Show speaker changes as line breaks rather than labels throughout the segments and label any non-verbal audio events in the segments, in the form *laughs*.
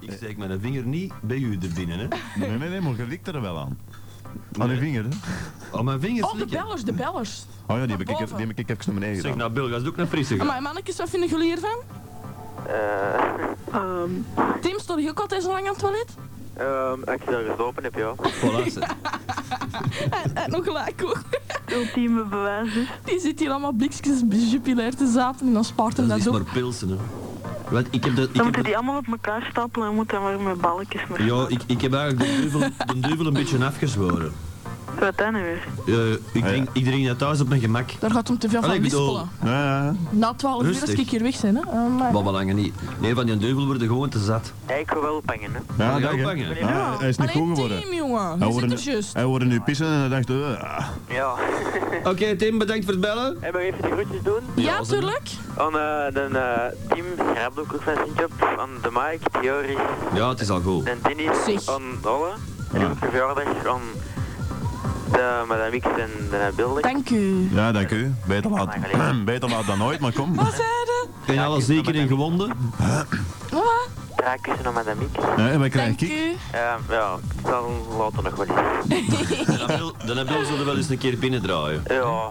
Ik steek mijn vinger niet bij u er binnen, hè.
Nee, nee, nee, maar je likt er wel aan. Aan je vinger, hè?
Al mijn vingers
Oh, de
likken.
bellers, de bellers.
Oh ja, die heb ik,
Naar
die
boven.
heb ik even naar beneden
Zeg,
gedaan.
nou Bill, dat is ook naar Friese gaan.
Maar mannetjes, wat vinden jullie hiervan?
Eh,
Tim, stond je ook altijd zo lang aan het toilet?
ehm, als je daar gezopen hebt, ja.
Voilà, zeg.
En, en nog gelijk hoor. *laughs*
Ultieme bewijs dus.
Die zit hier allemaal blikjes jupilair te zaten en dan spaart hem
dat
dat
is
ook.
maar pilsen, hè. Want ik heb dat... Ik heb
Dan moeten
dat-
die allemaal op elkaar stapelen en moeten maar met balkjes mee.
ja, ik, ik heb eigenlijk de duivel, de duivel een beetje afgezworen.
Wat dan nu weer?
Eh, ik, drink, ik drink dat thuis op mijn gemak.
Daar gaat hem te veel
Allee,
van
ik bedoel-
wispelen.
Ja, ja, ja.
Na 12 uur als
Rustig.
ik hier weg zijn, hè. Oh, maar-
Wat belangen niet. Nee, van die duivel worden gewoon te zat.
Ja, ik wil wel ophangen, hè.
Ja,
Ga
dag,
je
hè.
ophangen?
Ja, hij is niet
Allee,
goed geworden.
Tim, jongen.
Hij
Je
hoorde
zit er
nu-
juist.
Hij hoorde nu pissen en hij dacht, eh,
Ja.
Oké, Tim, bedankt voor het bellen.
Hey, maar even de groetjes doen.
Ja,
als het-
tuurlijk.
Aan eh de eh, team, Grabdoekhoek van Sintjop, aan de Mike, Theorie,
Ja, het is al goed.
en Dennis,
Zeg.
aan alle. En ook de verjaardag aan de Madame X en de Beelding.
Dank u.
ja, dank u. Beter laat, *clears throat* beter laat dan nooit, maar kom.
Wat zeiden?
En alles zeker in gewonden.
Wat?
Draai kussen aan Madame X.
Eh, en wij krijgen
Dank
kick.
u.
Ehm, ja, ik zal later nog wel eens.
Dan wil ze er wel eens een keer binnendraaien.
Ja.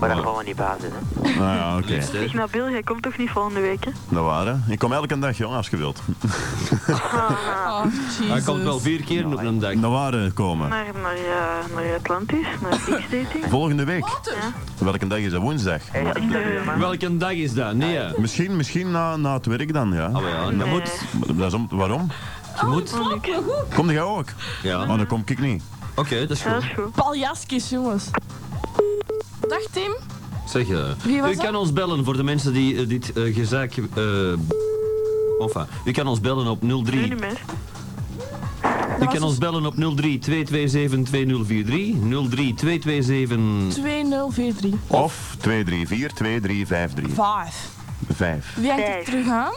Maar dat gaan we niet basis, hè.
Nou ja, oké.
Liefst, hè.
Zeg Nabil, jij komt toch niet volgende week, hè?
Dat waren. Ik kom elke dag, jongen, als je wilt.
Oh, jezus.
Hij komt wel vier keer op een dag.
Dat waren komen.
Naar, naar, eh, naar Atlantis,
*laughs*
naar
Ah,
X-dating.
Volgende week.
Water.
Welke dag is dat? Woensdag.
Hey, ik zie dat weer, man.
Welke dag is dat? Nee, ja.
Misschien, misschien na, na het werk dan, ja.
Oh ja, dat moet.
Dat is om, waarom?
Je moet.
Slaap wel goed.
Kom jij ook?
Ja.
Oh, dan kom ik niet.
Oké, dat is
Ja, dat is
goed.
goed.
Paljaskis, jongens. Dag, Tim.
Zeg, eh,
Wie was
u
dat?
kan ons bellen voor de mensen die eh, dit eh, gezaak... eh enfin, u kan ons bellen op 03...
Nu niet meer.
U
was
kan ons bellen op 03 227 2043. 03 227...
2043.
Of 234 2353
Vijf.
5.
Wie hangt er
Vijf.
terug aan?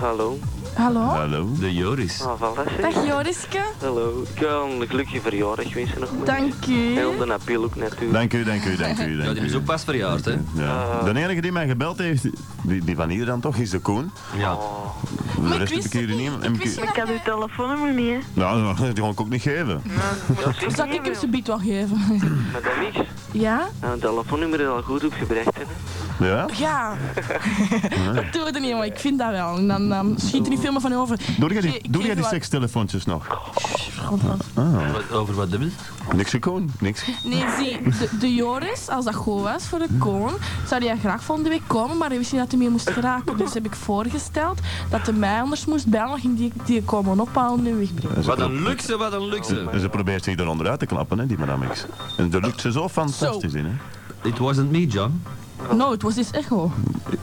Hallo.
Hallo?
Hallo.
De Joris.
Ah, valt dat zeg?
Dag Joriske.
Hallo. Ik wil een gelukkige verjaardag wensen nog maar.
Dank
Heel de
u.
Nabil ook natuurlijk.
Dank u, dank u, dank u.
Ja,
Dank
die is ook Eh.
u.
pas verjaard, hè.
Ja. De enige die mij gebeld heeft, die, die van hier dan toch, is de Koen.
Ja.
Oh,
De rest heb ik hier niemand. Heb ik
wist
hier-
het
Ik had uw telefoonnummer niet, hè?
Nou, dat kan ik ook niet geven.
dat is
Zal ik hem zijn biet wel geven?
Maar dat niks.
Ja?
Nou, het telefoonnummer is al goed opgebracht. Hè.
Ja?
Ja. Dat doe het niet, maar ik vind dat wel. En dan dan schiet er niet veel meer van over.
Doe jij
Ik
die, doe
geef
jij die
wel-
sekstellefoontjes nog?
Wat- Over wat hebben we?
Niks Koen, niks.
Nee, zie, de, de Joris, als dat goed was voor de koon, zou hij graag volgende week komen, maar hij wist niet dat hij mee moest geraken. Dus heb ik voorgesteld dat hij mij anders moest bellen, ging die, die komen ophalen en wegbrengen.
En ze,
Wat
pro-
een luxe, wat een luxe.
en ze probeert zich eronder uit te klappen, hè, die madame X. En daar lukt ze zo fantastisch in, hè.
It wasn't me, John.
No, het was dus dit echo.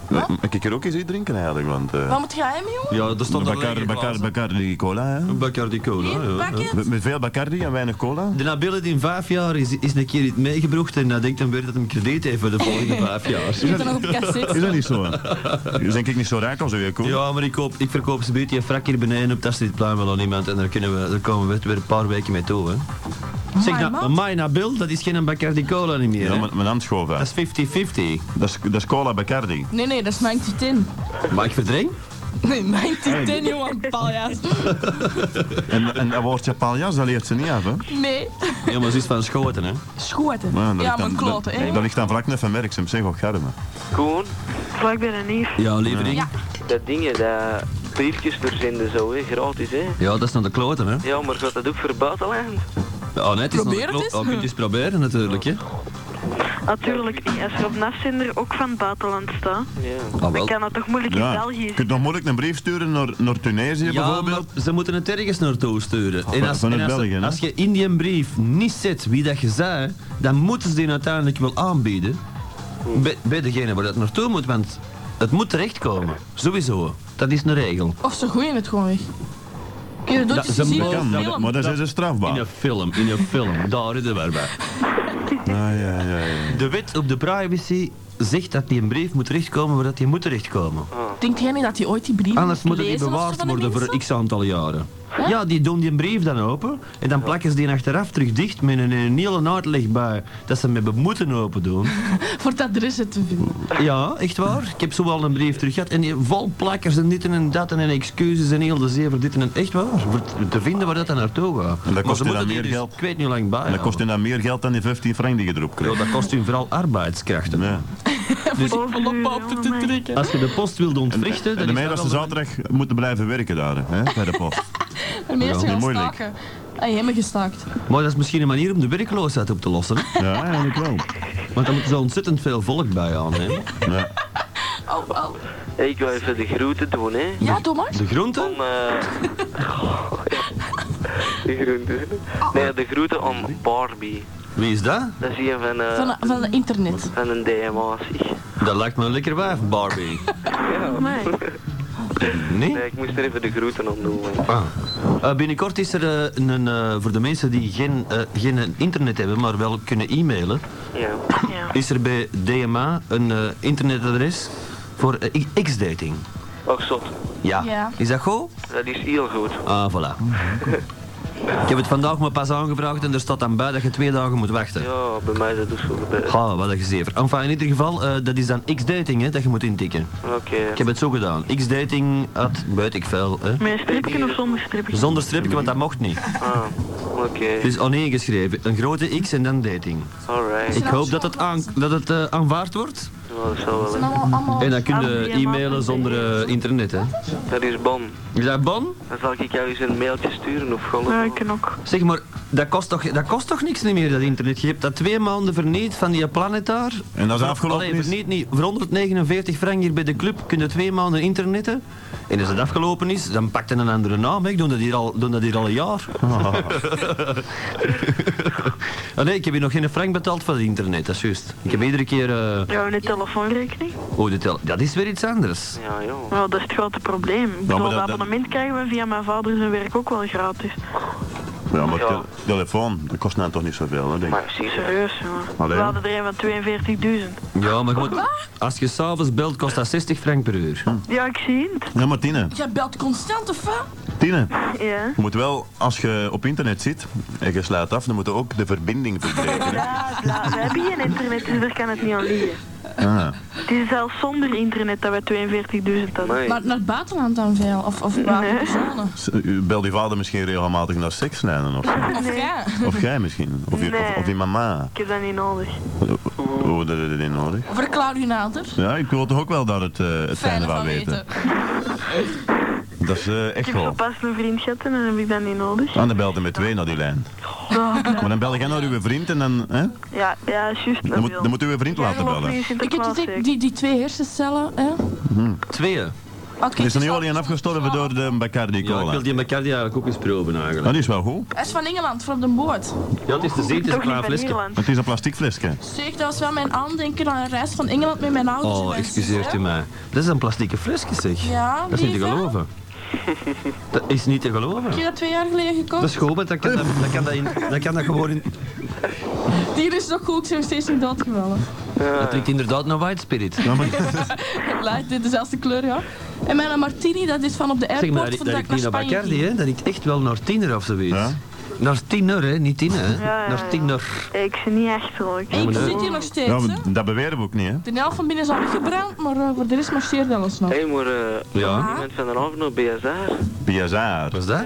Eh, Ik kan er ook eens iets drinken eigenlijk, want... eh
Wat moet jij hem, jongen?
Ja, er stond een
Bacardi,
lekker
Bacardi,
glazen.
Bacardi cola, hè.
Bacardi
Hier,
cola, ja.
pakket.
Met, met veel Bacardi en weinig cola.
De Nabil heeft in vijf jaar is, is een keer iets meegebrocht en hij denkt dan weer dat hem krediet heeft voor de
*laughs*
volgende vijf jaar.
Je zit er nog op cassette.
Is dat niet zo? Dus denk ik niet zo rijk als u, Koen.
Ja, maar ik, koop, ik verkoop ze beetje een frak hier beneden op Tastritplein wel aan iemand en daar, kunnen we, daar komen we het weer een paar weken mee toe. Hè. Zeg,
man.
na, amai, Nabil, dat is geen Bacardi Cola niet meer.
Ja,
hè.
mijn, mijn hand schoof uit.
Dat is 50-50.
Dat is, dat is cola Bacardi.
Nee, nee, dat is mijn titan.
Mag ik verdreng?
Nee, mijn titan, jongen, paljas.
En, en dat woordje paljas, dat leert ze niet af, hè.
Nee,
Ja, maar ze is van Schoten, hè.
schoten.
Maar Nou, dat
Ja,
ligt
mijn
dan-
kloten,
dat-
hè.
Dat ligt dan vlak net van Merksem, zeg, wat garme.
Koen,
Vlak bij de neef.
Ja, levering. Ja.
Ja.
dat ding, dat briefjes verzenden zo, hè, gratis, hè.
dat is naar de kloten, hè.
Ja, maar gaat dat ook voor buitenland?
Oh, nee, het is
Probeer
naar de
het
klo-
eens.
Oh, kun je eens proberen, natuurlijk, hè.
Natuurlijk niet. Als je op een afzender ook van het buitenland staat,
Ja.
Ah,
dan
wel.
kan dat toch moeilijk in
Ja,
België
je
zitten.
kunt nog moeilijk een brief sturen naar, naar Tunesië,
Ja, maar
bijvoorbeeld.
ze moeten het ergens naartoe sturen. En als,
van
en
het
als,
Ah, België, hè?
als je in die brief niet zet wie dat je zei, dan moeten ze die uiteindelijk wel aanbieden. Bij, bij degene waar dat naartoe moet, want het moet terechtkomen. Sowieso. Dat is een regel.
Of ze gooien het gewoon weg. Je doet
Dat-
het
ze
gezien
Dat
in
kan,
de
maar, dat- maar
film.
dat zijn ze
In een
strafbaar.
film, in een film. Daar is de waarbij.
Ah, ja, ja, ja.
De wet op de privacy zegt dat die een brief moet terechtkomen waar dat die moet terechtkomen.
Denkt jij niet dat die ooit die brief
Anders moet die
lezen of zo
bewaard
van de
worden voor
mensen?
x aantal jaren. Ja, die doen die brief dan open en dan plakken ze die achteraf terug dicht met een, een hele uitleg bij dat ze hem hebben moeten open doen.
Voor het adres te vinden.
Ja, echt waar. Ik heb zo wel een brief terug gehad en die vol plakkers en dit en dat en excuses en heel de zee voor dit en echt waar. Voor t- te vinden waar dat dan naartoe gaat.
En dat
Maar
kost
ze
u dan
moeten die
meer
dus-
geld?
Ik weet niet hoe lang bij.
En dat kost
houden.
je dan meer geld dan die 15 frank die je erop
Ja,
krijgt.
dat kost hun vooral arbeidskrachten.
Ja.
Overuren, jongen, mij.
Als je de post wilt ontwrichten,
En
dan
de
is
mij
dat
dat ze
wel-
zaterdag moeten blijven werken daar, hè, bij de
*laughs*
post.
En meestal
niet
gaan
moeilijk.
staken. Ah, jij hebt gestaakt.
Maar dat is misschien een manier om de werkloosheid op te lossen. hè?
Ja, eigenlijk wel.
Want dan moeten ze ontzettend veel volk bij aan. Hè?
Ja.
Oh, oh.
Hey, ik wil even de groeten doen, hè.
Ja, Thomas?
De groenten?
Om, eh, *laughs* de groeten. Nee, de groeten om Barbie.
Wie is dat?
Dat is een van, eh,
Van, van de internet.
van een DMA, zeg.
Dat lijkt me een lekker wijf, Barbie.
Amai.
Nee?
Nee, ik moest er even de groeten om doen. hè.
Ah. Eh, binnenkort is er eh, een, eh, voor de mensen die geen, eh, geen eh, internet hebben, maar wel kunnen e-mailen,
Ja.
Ja.
is er bij DMA een eh, internetadres voor eh, i- X-dating.
Och, Oh, zot.
Ja.
Ja.
Is dat goed?
Dat is heel goed.
Ah, voilà. Ik heb het vandaag maar pas aangevraagd en er staat dan bij dat je twee dagen moet wachten.
Ja, bij mij is dat ook zo gebeurd.
Ah, wat een gezever. Enfin, in ieder geval, eh, dat is dan X-dating hè, dat je moet intikken.
Oké.
Ik heb het zo gedaan. X-dating at, weet ik veel, hè.
Met een stripje of zonder stripje?
Zonder stripje, want dat mocht niet.
Ah, oké.
Dus oneen geschreven. Een grote X en dan dating.
Alright.
Ik hoop dat het, aan, dat het eh, aanvaard wordt.
Ja, dat zal wel,
En
hè.
Nou, allemaal, allemaal...
En dan kun
Ah,
je
die
e-mailen
maand-
zonder eh, internet, hè.
Dat is bon.
Is dat bon?
Dan zal ik jou eens een mailtje sturen of golf.
Ja, ik kan ook.
Zeg maar, dat kost toch, dat kost toch niks meer, dat internet? Je hebt dat twee maanden verniet van die planet daar.
En dat is afgelopen
Allee,
is?
verniet niet. Voor 149 frank hier bij de club kun je twee maanden internetten. En als het afgelopen is, dan pakt je een andere naam. hè. Ik doe dat hier al, doe dat hier al een jaar.
Oh.
*laughs* Ah, nee, ik heb hier nog geen frank betaald voor het internet, dat is juist. Ik heb iedere keer... eh,
Ja, en de telefoonrekening?
Oh, de tel- dat is weer iets anders.
Ja, joh.
Wel, dat is het grote probleem. Ik bedoel,
maar
dat
dat- dat-
abonnement krijgen we via mijn vader zijn werk ook wel gratis.
Ja, maar
Ja.
tele- telefoon, dat kost nou toch niet zoveel, hè, denk ik.
Maar precies, hè.
Serieus, jongen.
Allee.
We hadden er een van 42.000.
Ja, maar goed, als je s'avonds belt, kost dat 60 frank per uur.
Hm.
Ja, ik zie het.
Ja, maar Tine,
Jij belt constant, of wat?
Tine,
Ja.
je moet wel, als je op internet zit en je sluit af, dan moet je ook de verbinding verbreken. hè.
Ja, bla. We hebben geen internet, dus daar kan het niet aan liggen.
Ah.
Het is zelfs zonder internet dat we 42.000 hadden.
Amai.
Maar naar het buitenland dan veel? Of, of buiten de zone?
S- u Belt je vader misschien regelmatig naar sekslijnen of zo?
Of
Nee.
jij?
*laughs*
Of jij misschien? Of je, of,
Nee.
of je mama?
Ik heb dat niet nodig.
Oh, dat is niet nodig.
Verklaar u nader.
Ja, ik wil toch ook wel daar het, eh het
Fijne
fijne
van
van weten.
weten.
Dat is eh,
Ik
echt
heb
wel.
zo pas een vriend gehad en dan heb ik dat niet nodig.
Ah, dan belt hij met twee naar die lijn.
Ja, bla.
Maar dan bel jij naar uw vriend en dan... Hè?
Ja, ja, juist.
Dan, moet, dan moet uw vriend laten bellen.
Ik heb die, die, die twee hersencellen, hè? Oké.
Tweeën.
Er is er nu
dus
al een
dat-
afgestorven door de Bacardi
Ja, ik
Cola.
wil die Bacardi eigenlijk ook eens proeven eigenlijk.
Dat is wel goed.
Hij is van Engeland, van de boot.
Ja, het is te zien, het is een
Toch niet
klein
van
flesje.
Ierland.
Het is een plastic
*laughs*
flesje.
Zeg, dat was wel mijn aandenken aan een reis van Engeland met mijn ouders.
Oh,
geweest,
excuseert
hè?
u mij. Dat is een plastieke flesje, zeg.
Ja,
Dat is niet te
lieve.
geloven. Dat is niet te
Ik
geloven.
heb dat twee jaar geleden gekocht.
Dat is goed, want dan kan dat, dan kan dat, in, dan kan dat gewoon in...
Hier is nog goed, ik ben nog steeds niet doodgevallen. *laughs*
Dat klinkt inderdaad naar white spirit.
Ja, maar,
Light, dit is zelfs de kleur, ja. En mijn martini, dat is van op de
Zeg
airport
maar, dat
voordat ik
ik
naar
niet naar
Spanje
Bacardi,
ging.
hè. Dat ik echt wel naar tiener of zoiets.
Ja.
Naar tiener, hè. Niet tiener, hè.
Ja, ja,
Naar
ja.
tiener.
Ik zie niet echt hoor. Ik
En ik
maar dat-
zit hier nog steeds,
ja,
hè.
maar dat beweren we ook niet, hè.
De helft van binnen is al weggebrand, maar eh, voor de rest marcheert alles nog.
Hé, hey, maar eh,
Ja.
iemand van de avond naar BSR.
Wat
Biazaar.
is dat?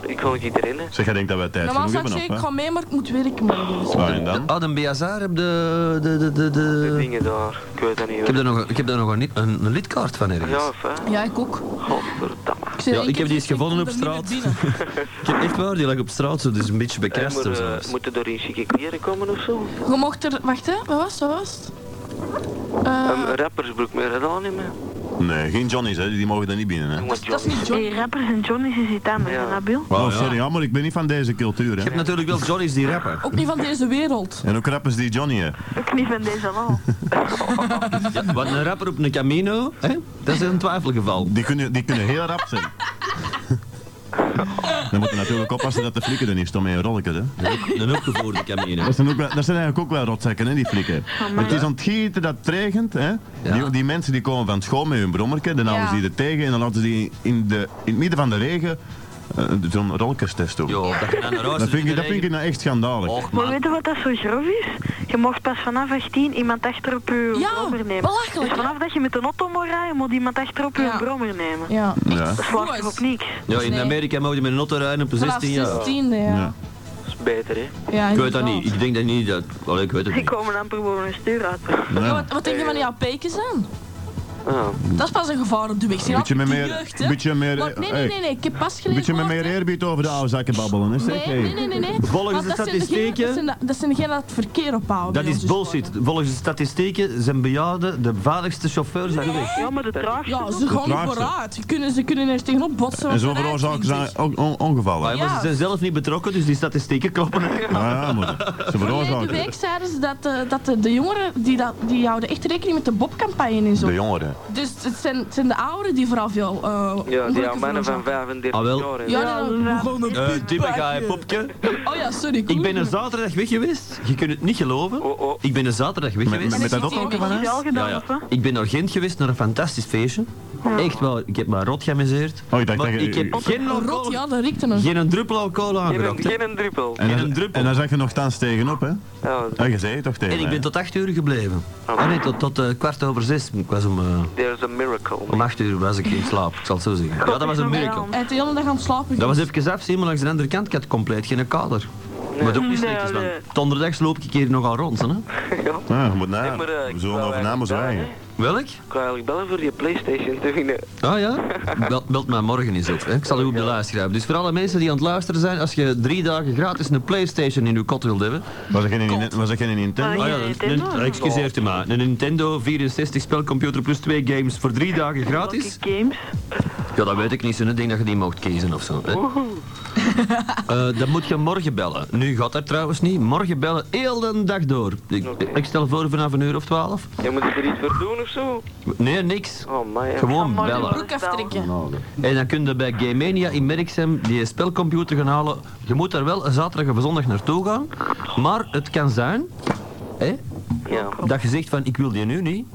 BSR. Ik kon het niet erin, hè.
Zeg, jij denkt dat we tijd
Normaal
genoeg
zou ik
hebben,
zeggen, ik
of
ga mee, maar ik moet werken morgen. Dus.
wat? Ja, en dan?
Ah, de BSR heb de... de, de, de,
De
de...
dingen daar. Ik weet dat niet.
Eh. Ik heb daar nog, ik heb daar nog een, een, een lidkaart van ergens.
Ja, fijn.
Ja, ik ook.
Godverdamme.
zei,
Ja, ik heb die eens
gezegd, ik
gevonden
kom
op
er niet
straat.
meer binnen.
Ik heb echt waar, die lag op straat, zo, dus een beetje
Hey,
bekrast
maar,
of
eh,
zo.
moeten er in chique kleren komen of zo?
Je mocht er... Wacht, hè. Wat was het? Wat was het? Eh,
Een rappersbroek meer gedaan niet meer.
Nee, geen Johnny's, hè. Die mogen er niet binnen, hè.
Jongen,
dat is
John.
niet
Hey,
John.
rappers en Johnny's is iets anders,
Ja.
hè, Nabil.
Wauw,
Oh,
ja.
sorry, ja, maar ik ben niet van deze cultuur,
Je hebt
hè.
natuurlijk wel Johnny's die rappen.
Ook niet van deze wereld.
En ook rap is die Johnny, hè.
Ook niet van deze lal.
Ja, want een rapper op een camino, hè, dat is een twijfelgeval.
*laughs*
Die kunnen, die kunnen heel rap zijn. Dan moet je natuurlijk oppassen dat de flikken er niet staan met een rolletje. Hè.
Een opgevoerde kamine.
Dat zijn, ook wel, dat zijn eigenlijk ook wel rotzakken, hè, die flikken. het is aan het gieten dat het regent. Hè. Die, die mensen die komen van school met hun brommerke, dan houden
Ja.
ze die er tegen en dan laten ze die in, de, in het midden van de regen eh, zo'n rolletest doen.
Jo, dat je naar de roos
Dat vind, ik, dat vind ik nou echt schandalig.
Och
Maar
man,
weet je wat dat zo grof is? Je mocht pas vanaf 18 iemand achter op je
Ja,
brommer nemen.
belachelijk,
Dus vanaf dat je met een auto moet rijden, moet iemand achter op je
Ja.
brommer nemen.
Ja.
Ja.
Dat slaat toch op niks?
ja, in
Nee.
Amerika mogen je met een auto rijden op een
Vanaf
16 jaar.
16 ja.
Ja.
ja.
Dat is beter, hè.
Ik weet
inderdaad.
dat niet, ik denk dat niet dat... Wel, ik weet het
Die
niet.
komen amper boven een stuur uit.
Ja,
Ja.
wat, wat denk je van die AP'kjes dan?
Ah.
Dat is pas een gevaar op de weg. Zie je
Mm. Beetje
dat?
met
De
meer,
jeugd, hè?
beetje meer,
Maar nee, nee,
hey,
nee, nee, ik heb pas geleerd.
beetje met meer eerbied over de oude zakken babbelen. Hè, zeg,
Nee,
hey.
nee, nee, nee. nee.
Volgens
Want
de
dat zijn degenen-
statistieken-
Dat zijn, de- dat zijn degenen dat het verkeer ophouden.
Dat
bij
is
ons dus
bullshit.
worden.
Volgens de statistieken zijn bejaarden de vaardigste chauffeurs aan de weg.
Ja, maar de traagste.
Ja, ze gaan niet
traagste.
vooruit. Ze kunnen, ze kunnen er tegenop botsen.
En
wat
zo
eruit
veroorzaken
vliegt,
ze ook on- ongevallen.
Maar,
hè.
maar ze
Ja.
zijn zelf niet betrokken, dus die statistieken kloppen niet.
Ja, ja, moeder. Ze
Vorige
veroorzaken.
week zeiden ze dat, eh, dat de, de jongeren, die, dat, die houden echt rekening met de Bob-campagne en zo.
De jongeren.
Dus het zijn, het zijn de ouderen die vooral veel eh
Ja,
ongelukken
die oude mannen van
veroorzaken.
35
Ah, wel.
jaar. hè.
Ja, nee, nee,
Ja,
we gaan een
Eh,
punt
Dippe, ga je
pakken.
popje.
Oh ja, sorry.
Ik ben er zaterdag weg geweest. Je kunt het niet geloven.
Oh, oh.
Ik ben er zaterdag weg
Met, met,
geweest.
met dat
En is die
opronken van
Heb je
huis?
al
Ja,
gedaan,
ja.
of wat?
Ik ben naar Gent geweest, naar een fantastisch feestje. Echt wel, ik heb mijn rot geamuseerd.
Oh, ik dacht
Maar
dat je-
ik heb geen,
Oh, rot,
alcohol,
ja, dat riekte nog.
geen een druppel alcohol
Geen,
aangerokt.
een-
Ah, hè.
geen een druppel.
En,
In
dan-
een druppel.
en dan zag je nog thans tegenop, hè?
Ja,
Ja, je zei het toch tegen
En ik
mij,
ben
hè?
tot 8 uur gebleven.
Oh.
Ah nee, tot, tot eh, kwart over zes. Ik was om, eh,
there's a miracle.
om 8 uur was ik in slaap, ik zal het zo zeggen. Ja, dat was een miracle.
Hij heeft de hele dag aan het slapen.
Dat was even afzien, maar langs de andere kant, ik had compleet geen kader. Maar dat ook niet slecht is, want
Nee.
donderdags loop ik hier nogal rond. Hè?
*laughs* Ja.
Ja, je moet
Nee,
na.
maar, eh,
We
ik
zullen
wou
over na maar
eigenlijk
zo
bellen,
eigen.
hè.
Welk?
Ik wou eigenlijk bellen voor je Playstation te winnen.
Ah ja? Belt, belt mij morgen eens op. Hè? Ik zal u op de lijst schrijven. Dus voor alle mensen die aan het luisteren zijn, als je drie dagen gratis een Playstation in uw kot wilt hebben...
Was er geen, Nint- was er geen Nintendo?
Ah,
Ah ja,
Een
een-
Nintendo?
een- excuseert u maar. Een Nintendo 64 spelcomputer plus twee games voor drie dagen gratis?
Welke games?
Ja, dat weet ik niet. Zo'n ding dat je die mocht kiezen of zo. Hè? Eh, dan moet je morgen bellen. Nu gaat dat trouwens niet. Morgen bellen heel de dag door. Ik,
Oké.
ik stel voor vanaf een uur of twaalf.
Je moet er iets voor doen of zo.
Nee, niks.
Oh man.
Gewoon
morgen
bellen.
broek aftrekken.
En dan kun je bij Game Mania in Merksem die spelcomputer gaan halen. Je moet daar wel zaterdag of zondag naartoe gaan. Maar het kan zijn hè,
Ja.
dat je zegt van ik wil die nu niet.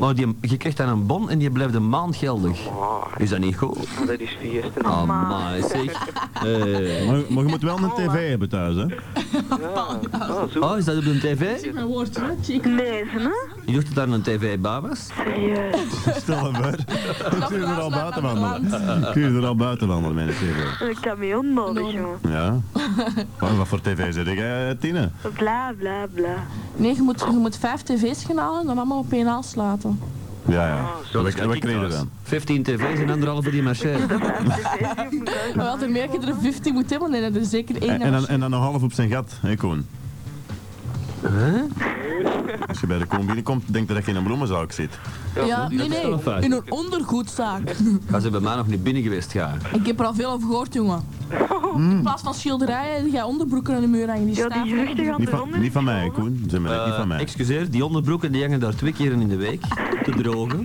Maar die, je krijgt dan een bon en die blijft een maand geldig.
Ah,
Is dat niet goed?
dat is fiesta.
Amai zeg. Eh.
Maar, maar je moet wel een tv hebben thuis, hè?
Ja. Ah, zo.
Oh, is dat op een tv?
Mijn woord, hè? Chick.
Nee, ze, hè?
Je dacht dat daar een tv-baan was?
Serieus.
Stel je voor. *laughs*
Dat
Kun je er al
verhaal
buiten
slaat aan de
wandelen? Kun je er al buiten wandelen met een tv?
Een camion nodig,
Enorm.
jongen.
Ja. Wat, wat voor tv zit ik, hè, Tine?
Bla, bla, bla.
Nee, je moet, je moet vijf tv's gaan halen en dan allemaal op één aansluiten.
Ja, ja. Wat, wat kreeg je dan?
15 tv's en anderhalve die marché.
*laughs* Maar wel, dan merk je er 15 moet hebben en dan er zeker één.
En, en, dan, en dan nog half op zijn gat, hè, Koen? Als je bij de Koen binnenkomt, denk je dat je in een bloemenzaak zit.
ja, nee, nee.
wel een feit.
In een ondergoedzaak.
Gaan ze bij mij nog niet binnen geweest gaan?
Ik heb er al veel over gehoord, jongen.
Hmm.
In plaats van schilderijen ga je onderbroeken aan de muur hangen. Die
Ja,
staan.
die geruchten gaan
Niet
eronder.
van, niet van mij, Koen. Zeg maar,
Eh,
niet van mij.
Excuseer, die onderbroeken die hangen daar twee keren in de week te drogen.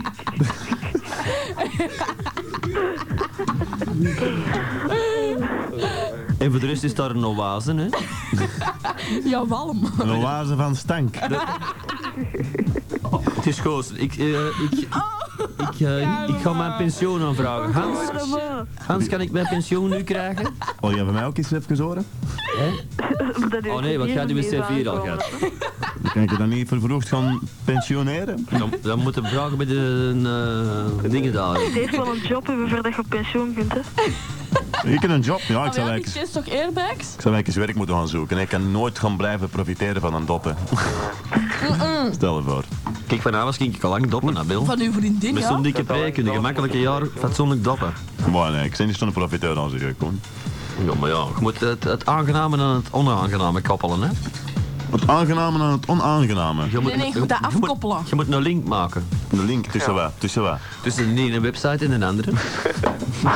en voor de rest is daar een oase, hè?
Ja, walm.
Een oase van stank.
Het is goos. Ik, eh, ik, ik, eh, ik ga mijn pensioen aanvragen. Hans,
Bravo.
Hans, kan ik mijn pensioen nu krijgen?
Wil jij van mij ook eens even horen?
Dat is
Oh nee, wat
hier
gaat u met
niet
C4 al
aankomen.
gaan?
Kan ik je dan niet vervroegd gaan pensioneren?
Dan, dan moeten we vragen bij de eh, dingen daar.
Het heeft wel een job hebben voordat je op pensioen kunt, hè.
Ik heb een job, ja. Ik
Maar
zal
Oh, ja, die
eigenlijk,
kies toch airbags?
ik zal eigenlijk eens werk moeten gaan zoeken. Ik kan nooit gaan blijven profiteren van een doppen. Stel je voor.
Kijk, vanavond ging ik al lang doppen naar Bill.
Van uw vriendin,
Met zo'n
ja?
dikke prei kun je gemakkelijk een jaar fatsoenlijk doppen.
Maar nee, ik ben niet zo'n profiteur als ik, Koen.
Ja, maar ja, je moet het, het aangename en het onaangename koppelen, hè?
Het aangename aan het onaangename.
Je
Nee, nee, je moet dat afkoppelen.
Je moet een link maken.
De link tussen waar, tussen waar.
Tussen de ene website en de andere.
Bla,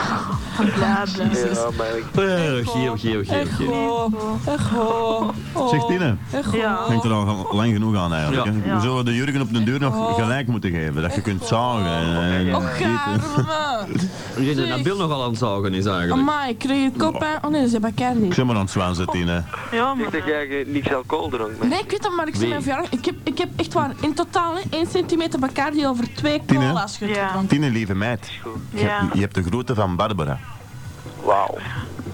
bla.
Ja, maar ik...
Eh, Geo, geo, geo, geo.
Echo, echo. oh,
Zeg Tine,
echo.
Ja.
hangt er al lang genoeg aan eigenlijk.
Ja.
hè.
Ja.
We zullen de jurken op de deur nog gelijk moeten geven. Dat je kunt zagen. en- en-
Och,
*laughs*
garme.
Ik denk dat dat beeld nogal aan het zagen is eigenlijk.
Amai, ik kreeg het kop aan. Oh nee, dat is Bacardi.
Ik zeg maar aan het zwaan zitten, Tine.
Ja,
Ik
maar...
dacht jij niks alcohol dronk, maar...
Nee, ik weet dat, maar ik zei
Wie?
mijn verjaardag. Ik heb, ik heb echt waar, in totaal hè, 1 centimeter Bacardi over twee
Tien, hè?
cola's
Ja.
gedronken.
Tine, lieve meid. Je,
Ja.
je hebt de groeten van Barbara.
Wauw.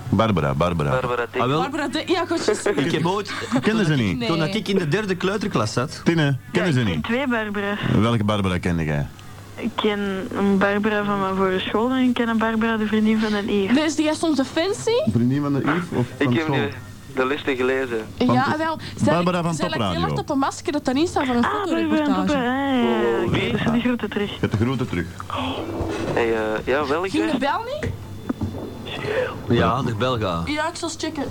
Barbara, Barbara.
Barbara
Ah,
Dick.
wel,
Barbara, de, ja,
*laughs*
goed.
ik heb ooit,
Kennen ze niet?
Nee.
toen dat ik in de derde kleuterklas zat,
Tine, kennen ze
ik ken
niet?
twee Barbara.
Welke Barbara kende jij?
Ik ken een Barbara van mijn vorige school en ik ken een Barbara, de vriendin van een Eer.
Dus die is soms de fancy.
Vriendin van de Yves of
Ik
de
heb nu de listen gelezen.
ja, wel. Zij,
Barbara van
zij lijkt
Topradio.
heel hard op een masker dat daarin staat van een
Ah, Barbara en Papa.
fotoreportage.
Ah, ja, ja.
Oh,
Ik
Wie?
ken tussen de groeten terug.
Je hebt de groeten terug.
Hey, eh, ja, welke?
Ging de bel niet?
ja, de Belga.
Ja, ik zal eens checken.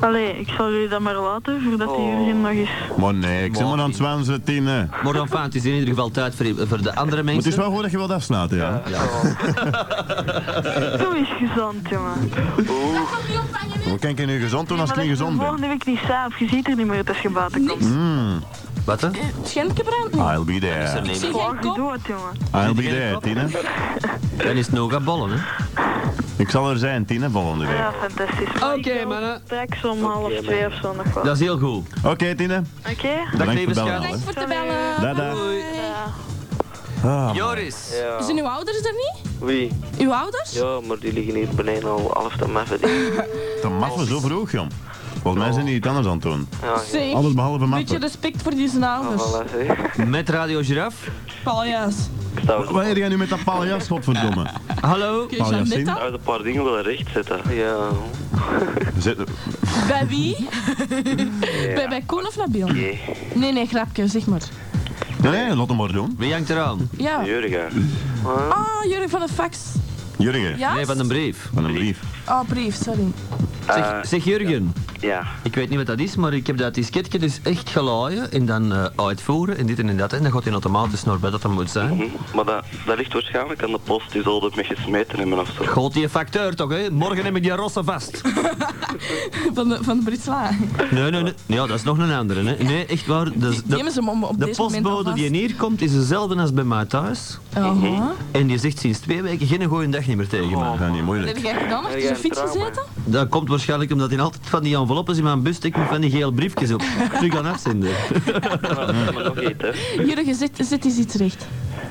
Allee, ik zal jullie dat maar laten voordat die
Oh.
Jurgen nog eens...
Maar nee, ik zeg maar aan het zwaan zitten, Tine.
Maar dan enfin, het is in ieder geval tijd voor, voor de andere
Maar het
mensen.
is wel goed dat je wilt afsluiten, ja.
Zo is gezond, jongen.
Ik kan niet opvangen, hè.
Hoe kan ik je nu gezond doen als ik niet gezond ben?
Volgende week niet saap. Je ziet er niet meer uit als je buiten komt.
Wat hè?
Eh, Het schenken brandt niet.
I'll Ah, be there.
Ik zie
Oh,
geen
je
kop.
dood, jongen.
I'll be there, Tine.
Dan is het nog gaan bollen hè.
Ik zal er zijn, Tine, volgende week.
Ja, fantastisch.
Oké,
Ik wil
mannen.
Straks om half twee of zo nog wel.
Dat is heel goed.
Oké, Tine.
Oké?
Dag
Bedankt voor
lieve
het bellen.
schat.
Thanks voor te bellen.
Da, da.
Doei.
Ah, man.
Joris.
Ja.
Zijn uw ouders er niet?
Wie?
Uw ouders?
Ja, maar die liggen hier beneden al half te meffen.
*laughs*
die.
Te maffen zo vroeg, jong. Volgens mij zijn die iets anders aan het doen.
Ah, Ja, ja.
Zeg,
Alles behalve
beetje
mappen.
respect voor die zijn ouders.
Ah, Voilà, zeg.
Met Radio Giraffe.
Paljas.
Ik sta ook-
Wat heb jij nu met dat paljas, godverdomme?
Hallo.
Kun je
Paljas
Jeannette
zien?
dan?
Uit een paar dingen willen rechtzetten.
Ja.
Zet-
Bij wie? bij, bij Koen of Nabil?
Jee.
Nee, nee, grapje, zeg maar.
Nee, nee, laat hem maar doen.
Wie hangt eraan?
Ja.
Jurgen.
Ah, jullie van de fax.
Jurgen,
Ja?
Nee, van een brief.
van een brief.
Oh, brief, sorry. *laughs*
Eh,
Zeg, zeg Jurgen,
Ja.
ik weet niet wat dat is, maar ik heb dat disketje dus echt gelaaien en dan eh, uitvoeren en dit en dat. En dan gaat hij automatisch naar bij dat dat moet zijn.
Hm, Maar dat, dat ligt waarschijnlijk aan de post. Die zal dat mee gesmeten hebben of zo.
Gold die facteur toch, hè? Morgen heb ik die rossen vast.
Van de, van de Britsla.
Nee, nee, nee. Ja, dat is nog een andere, hè? Nee, echt waar. Dat is,
Neem
de,
eens hem om op
de
deze moment
postbode die hier komt is dezelfde als bij mij thuis.
Aha.
En die zegt sinds twee weken geen goede dag niet meer tegen me.
Dat is niet
Heb
moeilijk.
jij gedaan? Heb je
Ja,
een fiets
trauma.
gezeten?
Dat komt waarschijnlijk omdat hij altijd van die enveloppes in mijn bus steekt met van die gele briefjes op. Terug gaan afzenden.
Maar nog niet, hè.
Jurgen, zit, zit eens iets recht.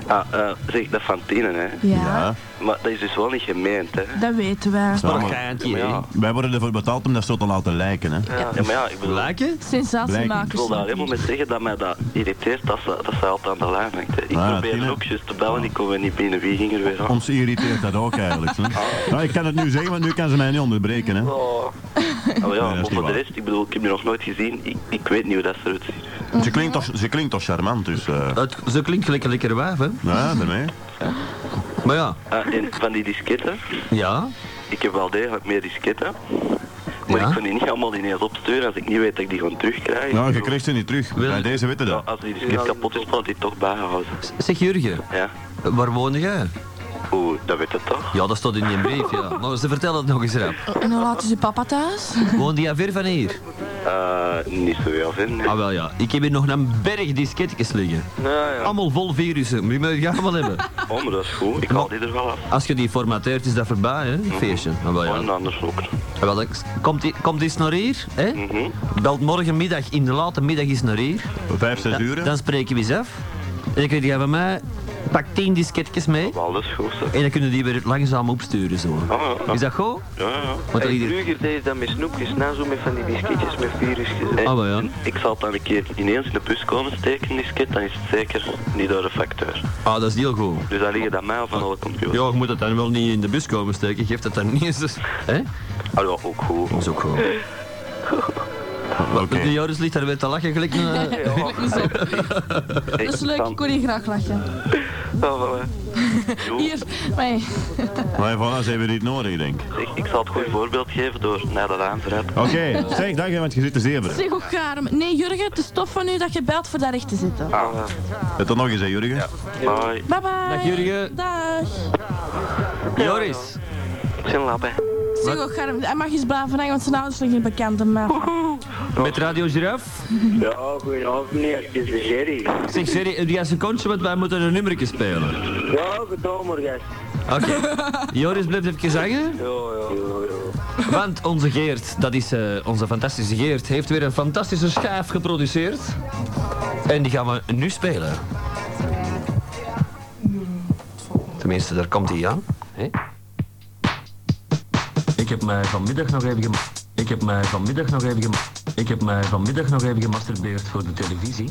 Ah, eh, zeg, dat van tienen, hè.
Ja,
Ja,
Maar dat is dus wel niet gemeend, hè.
dat weten wij.
Maar een
maar-
geintje,
Ja, maar
hè.
ja.
wij worden ervoor betaald om dat zo te laten lijken, hè.
Ja.
Ja, maar ja, ik bedoel...
Lijken?
Sensatiemakers.
Ik wil daar helemaal mee zeggen dat mij dat irriteert dat ze, dat ze altijd aan de lijn hangt. hè. Ik
Ah,
probeer
Tine.
er ook juist te bellen, die komen niet binnen. Wie ging er weer aan?
Ons irriteert dat ook eigenlijk. Hè? Nou, ik kan het nu zeggen, want nu kan ze mij niet onderbreken. Hè?
Oh.
Ah, maar
Nee,
ja,
dat is
maar
niet
voor de
waar.
rest, ik bedoel, ik heb die nog nooit gezien. Ik, ik weet niet hoe dat ze eruit ziet.
Ze, klinkt toch, ze klinkt toch charmant, dus... eh
Het, ze klinkt lekker lekker wijf, hè?
ja, daarmee.
Maar ja,
Ah, en van die disketten,
ja.
ik heb wel degelijk meer disketten. Maar
Ja?
ik kan die niet allemaal ineens opsturen als ik niet weet dat ik die gewoon terugkrijg.
Nou, je
Ik bedoel,
krijgt ze niet terug.
Wil-
Bij deze weten
ja,
dat.
als die disket kapot is, wordt die toch bijgehouden.
Z- Zeg Jurgen,
Ja.
waar woon jij?
Oeh, dat weet het toch?
Ja, dat staat in die brief, ja. Maar ze vertellen het nog eens rap.
En dan laten Oh, nou ze papa thuis.
Woont jij ver van hier?
Eh, niet zo heel veel. nee.
Ah wel ja, ik heb hier nog een berg disketjes liggen.
Nou ja.
Allemaal vol virussen, die moet je allemaal hebben.
Oh, maar dat is goed. Ik haal die er wel af.
Als je die formateert is dat voorbij, hè? Feestje. Ah wel ja.
Gewoon anders ook.
Ah, wel, ik- Komt, i- komt eens naar hier, hè?
Mhm.
Belt morgenmiddag in de late middag eens naar hier.
Vijf, zes uur.
Dan spreken we eens af. En dan krijg jij van mij, pak tien disketjes mee.
Wel, dat is goed. zeg.
En dan kunnen die weer langzaam opsturen zo.
Ah, ja.
Is dat goed?
Ja, ja, ja.
Want
Hey,
ieder...
Kruger deed dat met snoepjes, na zo met van die biscuitjes met virusjes. hè.
Ah wel ja.
Eh, Ik zal het dan een keer ineens in de bus komen steken, die skit, dan is het zeker niet door de facteur.
Ah, dat is heel goed.
Dus dan liggen dat mij of aan alle computers.
Ja, je moet het dan wel niet in de bus komen steken. Geef dat dan niet eens. dus- Hè?
Ah, ja, ook goed.
Dat is ook goed.
Oké.
De Joris ligt daar weer te lachen gelijk. eh,
Klik me zo.
Hey,
Dat is leuk,
dan-
ik kon hier graag lachen.
Ah, voilà.
Hier, mij.
Maar voilà, ze hebben dit nodig, denk ik.
Ik, ik zal het goed voorbeeld geven door naar de lijn te rijden.
Oké, zeg, dag, hè, want je zit te zeven.
Zeg ook Karem. Nee, Jurgen, het is tof van u dat je belt voor daar recht te zitten.
Ah,
Het dan nog eens, hè, Jurgen?
bye.
Bye bye.
Dag, Jurgen.
Dag.
Joris.
Zijn lab, hè.
Zeg ook Karem, hij mag eens blijven hangen, want zijn ouders liggen bekend aan mij.
Met Radio Giraffe.
Ja, goedenavond meneer, het is de Jerry.
Zeg, Jerry, heb jij een kontje, want wij moeten een nummertje spelen.
Ja, gedaan morgen.
Oké. Joris, blijf even hangen. Want onze Geert, dat is eh, onze fantastische Geert, heeft weer een fantastische schaaf geproduceerd. En die gaan we nu spelen. Tenminste, daar komt hij aan. hè? Ik heb mij vanmiddag nog even gem- Ik heb mij vanmiddag nog even gem- Ik heb mij vanmiddag nog even gemasturbeerd voor de televisie.